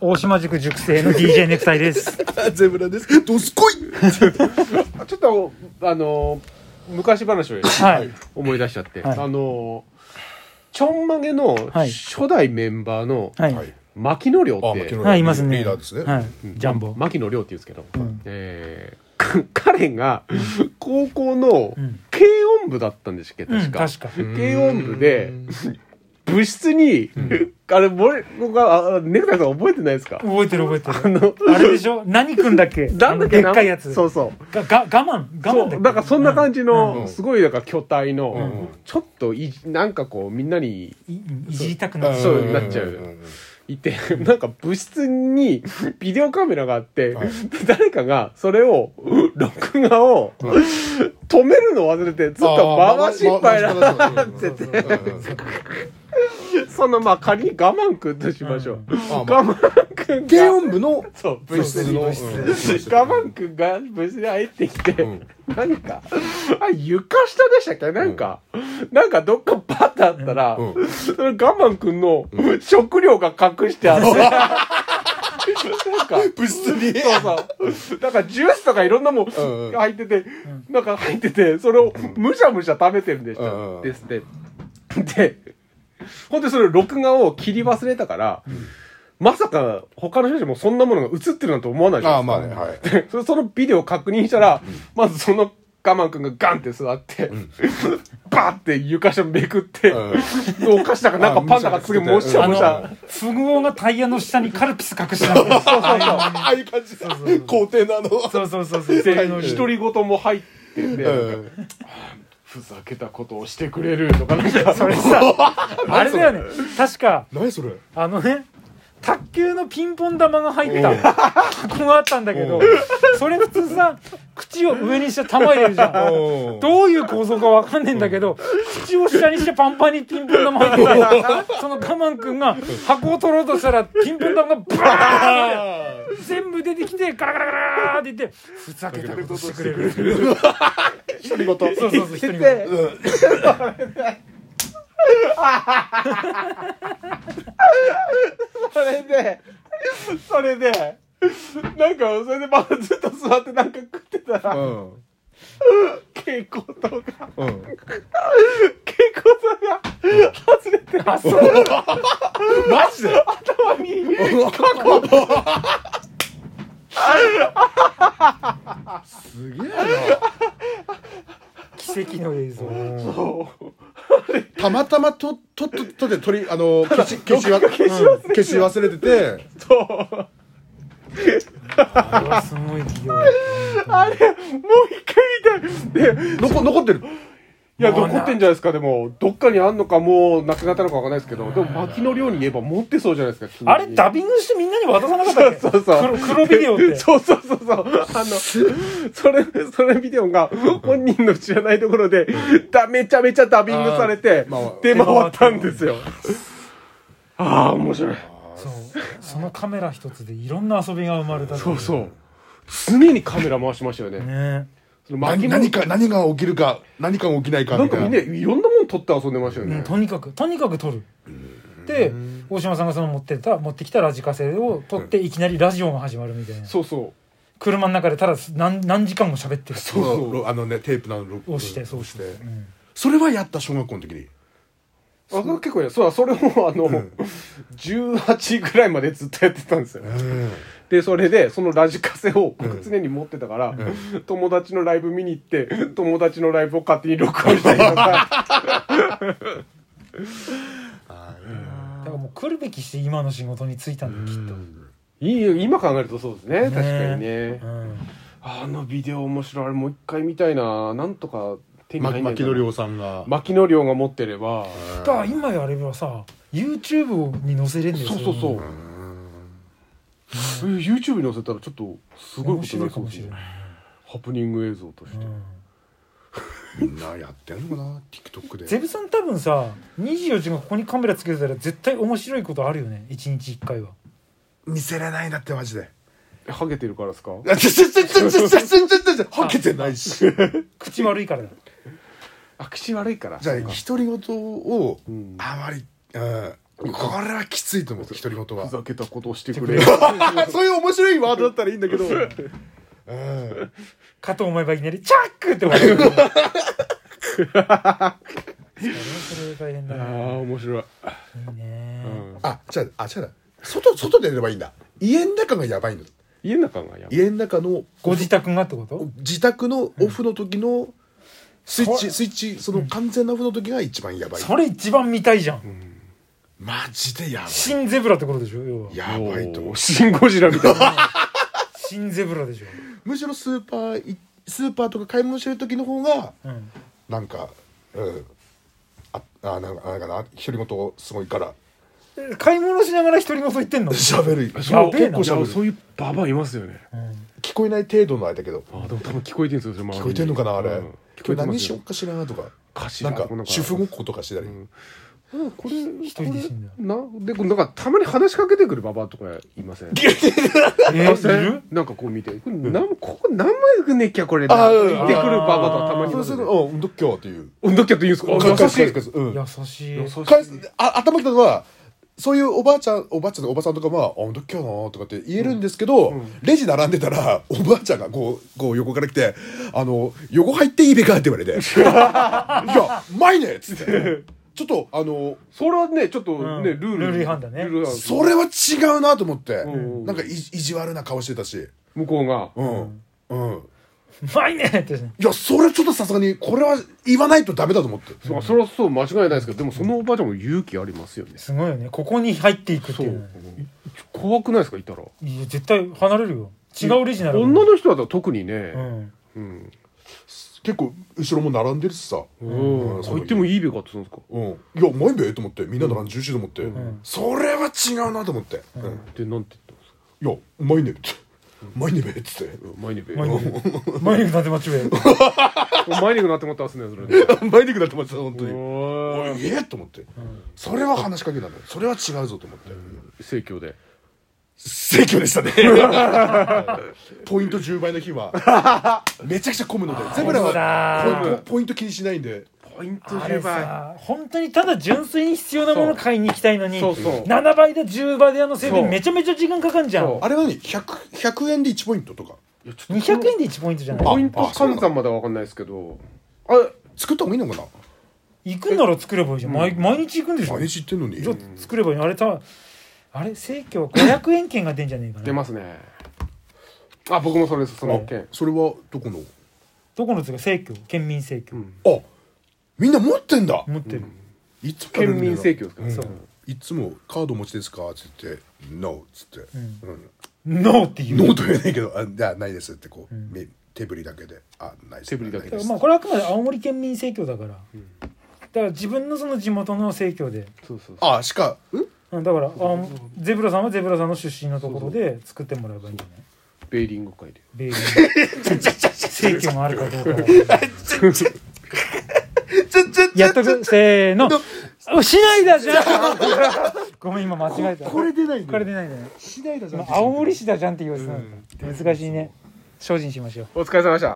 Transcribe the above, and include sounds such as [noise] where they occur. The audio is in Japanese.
大島塾塾生の DJ ネクタイです。ゼブラです。どすこい。ちょっとあの昔話をはい。思い出しちゃって、はいあのちょんまげのはい初代メンバーのはい。はい牧野亮って、あ牧野亮はい、いますね。リーダーですねはい。ジャンボ。牧野亮って言うんですけど、んえー彼が高校のうん軽音部だったんですけど、うん、確か。確か。軽音部で、部室に、あれ、僕が、あネクタイさん覚えてないですか覚えてる覚えてある。の、あれでしょ何くんだっけなんだっけあのでっかいやつ。そうそう。が、が、我慢。我慢だそっけう、なんかそんな感じうの、んすごいなんか巨体うんの、ちょっといじ、なんかこう、みんなにうんいいじりたくなる。そうなっちゃういて、 [laughs] なんか部室にビデオカメラがあって、はい誰かがそれを、録画を止めるのを忘れて、ずっと回しっぱいな、なってて。 [laughs] そのまあ仮に我慢くんとしましょう。我 [laughs] 我慢く軽んが、音部のそう、部部室室のの。部我室我慢くんが部室に入ってきて、んなんか、あ、床下でしたっけなんか、なんかどっかバッてあったら、うんそれ我慢くんの食料が隠してあって、なんか、部室に。そうそう。なんかジュースとかいろんなもんんうん入ってて、なんか入ってて、それをむしゃむしゃ食べてるんでした。うんうんですって。で、ほんでそれ録画を切り忘れたから、まさか他の人たちもそんなものが映ってるなんて思わないじあゃなあいまあねはい。ですか。 [laughs] そそのビデオを確認したら、まずその我慢くんがガンって座って、 [laughs] バーって床下めくって、お菓子だかなんかパンだかすげえもしゃあものしゃ。、富豪がタイヤの下にカルピス隠してなかった。ああいう感じ。校庭なの。そうそうそう [laughs] そう。で、独り言も入ってんで、ふざけたことをしてくれるとか [laughs] なんか、それさ、あれだよね。確か、何それ。あのね、卓球のピンポン玉が入った箱があったんだけどおう、それ普通さ、口を上にして玉入れるじゃん。どういう構造かわかんねえんだけど、口を下にしてパンパンにピンポン玉入ってて、その我慢くんが箱を取ろうとしたら、ピンポン玉がバーンって全部出てきて、ガラガラガラーって言って、ふざけたことしてくれる。独り言。そうそうそう、一人言っでて。それで、それで、なんか、それでまだずっと座ってなんか食ってたうら、ん蛍光灯が、蛍うん。光灯が外れて、あ、そう。マジで。頭に、すげえな。奇跡の映像。そうたまたまととととで取りあの消し消しわ消し忘れて消し忘れてて。そう。あれはすごい企業。あれ、もう一回見たい。で、残残ってる。いや、まあ残ってんじゃないですか、でも、どっかにあんのか、もうなくなったのかわかんないですけど、でも、薪の量に言えば持ってそうじゃないですか、君にあれ、ダビングしてみんなに渡さなかったっけそうそう。黒黒ビデオって。そうそうそうそう。あの、それ、それビデオが、本人の知らないところで、だ、めちゃめちゃダビングされてあー、出回ったんですよ。ああ、面白い。そうそのカメラ一つでいろんな遊びが生まれたそうそう。常にカメラ回しましたよね。ねその何薪の、何か何が起きるか何かが起きないかなんみかたいみな。んないろんなもん撮って遊んでましたようんね。とにかくとにかく撮るで大島さんがその持ってた持ってきたラジカセを撮っていきなりラジオが始まるみたいなそうそう。車の中でただ何何時間も喋ってるそうそうあのねテープなの録をしてそうしてそれはやった小学校の時にあそれ結構ね、そうだ、それもあの、18ぐらいまでずっとやってたんですよ。で、それで、そのラジカセを僕常に持ってたから、友達のライブ見に行って、友達のライブを勝手に録音したりとか、だからもう来るべきして今の仕事に就いたんだよきっと [laughs] いいよ今考えるとそうですね、確かにえねう。んあのビデオ面白い、あれもう一回見たいな、なんとか手にま入んない牧か野な。亮さんが牧野亮が持ってれば、だから今やればさ YouTube に載せれんだよそうそうそう。え YouTube に載せたらちょっとすごい面ことに白ないりかそうもですしねれないハプニング映像として。みんなやってんのかな TikTok でゼブさん多分さ24時間ここにカメラつけてたら絶対面白いことあるよね1日1回は見せれないんだってマジでハゲてるからですか全然全然全然全然全然はけてないし口悪いからだあ口悪いからじゃあ独り言をあまりうんこれはきついと思う独り言ふはざけたことをしてくれあそういう面白いワードだったらいいんだけど、うん、かと思えばいきなり「チャック!」って笑うそれはそれで大変だあなあ面白いいいねあじゃああじゃあ外外で寝ればいいんだ家の中がやばいの家の中がやばい家の中のご自宅がってこと自宅のオフの時のスイッチ、スイッチその完全なオフの時が一番やばいそれ一番見たいじゃんマジでやばい新ゼブラってことでしょ要はやばいと思おうーシン・ゴジラみたい [laughs] な新ゼブラでしょむしろスーパーいスーパーとか買い物してる時の方がうんなんかうんああなんかなんかな独り言すごいからえ買い物しながら独り言言ってんの喋るやべえな結構喋るそういうババアいますよね聞こえない程度のあれだけどあーでも多分聞こえてるんですよそれ聞こえてんのかなあれ、うん聞今こ日えてま何すしよようかしらとかかしならんかなんか主婦ごっことかしてたり、うんこれ一人で死んだなでこれなんかたまに話しかけてくるババアとかいませんえいませーいるんなんかこう見てこれなんここ何枚くねっきゃこれあなー言うっんてくるババアとかたまにいそうますするよとね「うんどっきょ」っていうおんどっきゃって言うんですか優しいかうん優しい返すあ頭の中はそういうおばあちゃんおばあちゃんおばさんとかは「あんた今日な」とかって言えるんですけど、レジ並んでたらおばあちゃんがこうこう横から来て「あの横入っていいべか?」って言わ [laughs] れて「いや前ね」っつってちょっとあのそれはねちょっとうんねルールルール違反だねルール違反それは違うなと思って、うんなんかい意地悪な顔してたし向こうがうんうんうまいねっていやそれちょっとさすがにこれは言わないとダメだと思ってまあそれはそう間違いないですけどでもそのおばあちゃんも勇気ありますよねすごいよねここに入っていくってそいううねい怖くないですかいたらいや絶対離れるよ違うレジなら女の人だと特にうねんうん結構後ろも並んでるしさ、うん入ってもいいべかって言うんですかうん、いや前べと思ってみんな並んでるしと思って、んそれは違うなと思って、うんでなんて言ったんですかいやうまいねってうまいねべっつってうんマイネベ前に [laughs] 前に立てまちゅえマイネグなってもらったんですねそれでうまいねくなってました本当におおいえっと思って、それは話しかけたのそれは違うぞと思って盛況で盛況でしたね [laughs] ポイント10倍の日はめちゃくちゃ混むのでゼブラあはそうポだイポイント気にしないんでポイントあれさ本当にただ純粋に必要なもの買いに行きたいのにそうそう7倍で10倍であのせいでそうめちゃめちゃ時間かかんじゃんそあれは何 100, 100円で1ポイントとか200円で1ポイントじゃないあポイント換算までは分かんないですけどあれ作った方がいいのか行くなら作ればいいじゃん毎毎日行くんでしなょ毎日言ってんのにちょっと作ればいいのあれたあれ生協500円券が出んじゃねえか出なますねあ僕もそれですその件それはどこのどこのつか生協県民生協あみんな持ってんだ持ってるいつもやるんだよ県民な請求ですからねそういつもカードお持ちですかって言って「NO」っつって「うんノーっていう NO」とは言えないけど「あじゃあないです」ってこう、め手振りだけで「あないです手振りだけないですまあこれはあくまで青森県民生協だから、だから自分のその地元の生協でそうそうあしかんうんだからあゼブラさんはゼブラさんの出身のところで作ってもらえばいいんじゃないベーリング会でベイビー生協があるかどうかはやっとくせーのあしないだじゃんごめん今間違えたこれ出ないこれ出ないんだねしないだじ青森市だじゃんって言われてた難しいね精進しましょうお疲れ様でした